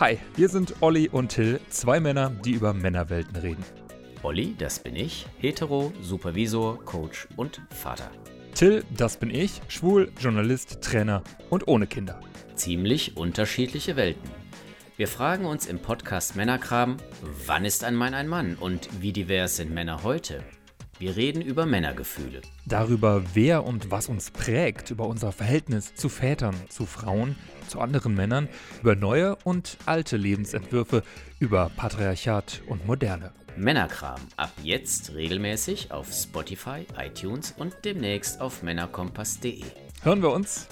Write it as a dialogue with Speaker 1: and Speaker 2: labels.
Speaker 1: Hi, wir sind Olli und Till, zwei Männer, die über Männerwelten reden.
Speaker 2: Olli, das bin ich, hetero, Supervisor, Coach und Vater.
Speaker 1: Till, das bin ich, schwul, Journalist, Trainer und ohne Kinder.
Speaker 2: Ziemlich unterschiedliche Welten. Wir fragen uns im Podcast Männerkram, wann ist ein Mann ein Mann und wie divers sind Männer heute? Wir reden über Männergefühle.
Speaker 1: Darüber, wer und was uns prägt, über unser Verhältnis zu Vätern, zu Frauen, zu anderen Männern, über neue und alte Lebensentwürfe, über Patriarchat und Moderne.
Speaker 2: Männerkram ab jetzt regelmäßig auf Spotify, iTunes und demnächst auf männerkompass.de.
Speaker 1: Hören wir uns?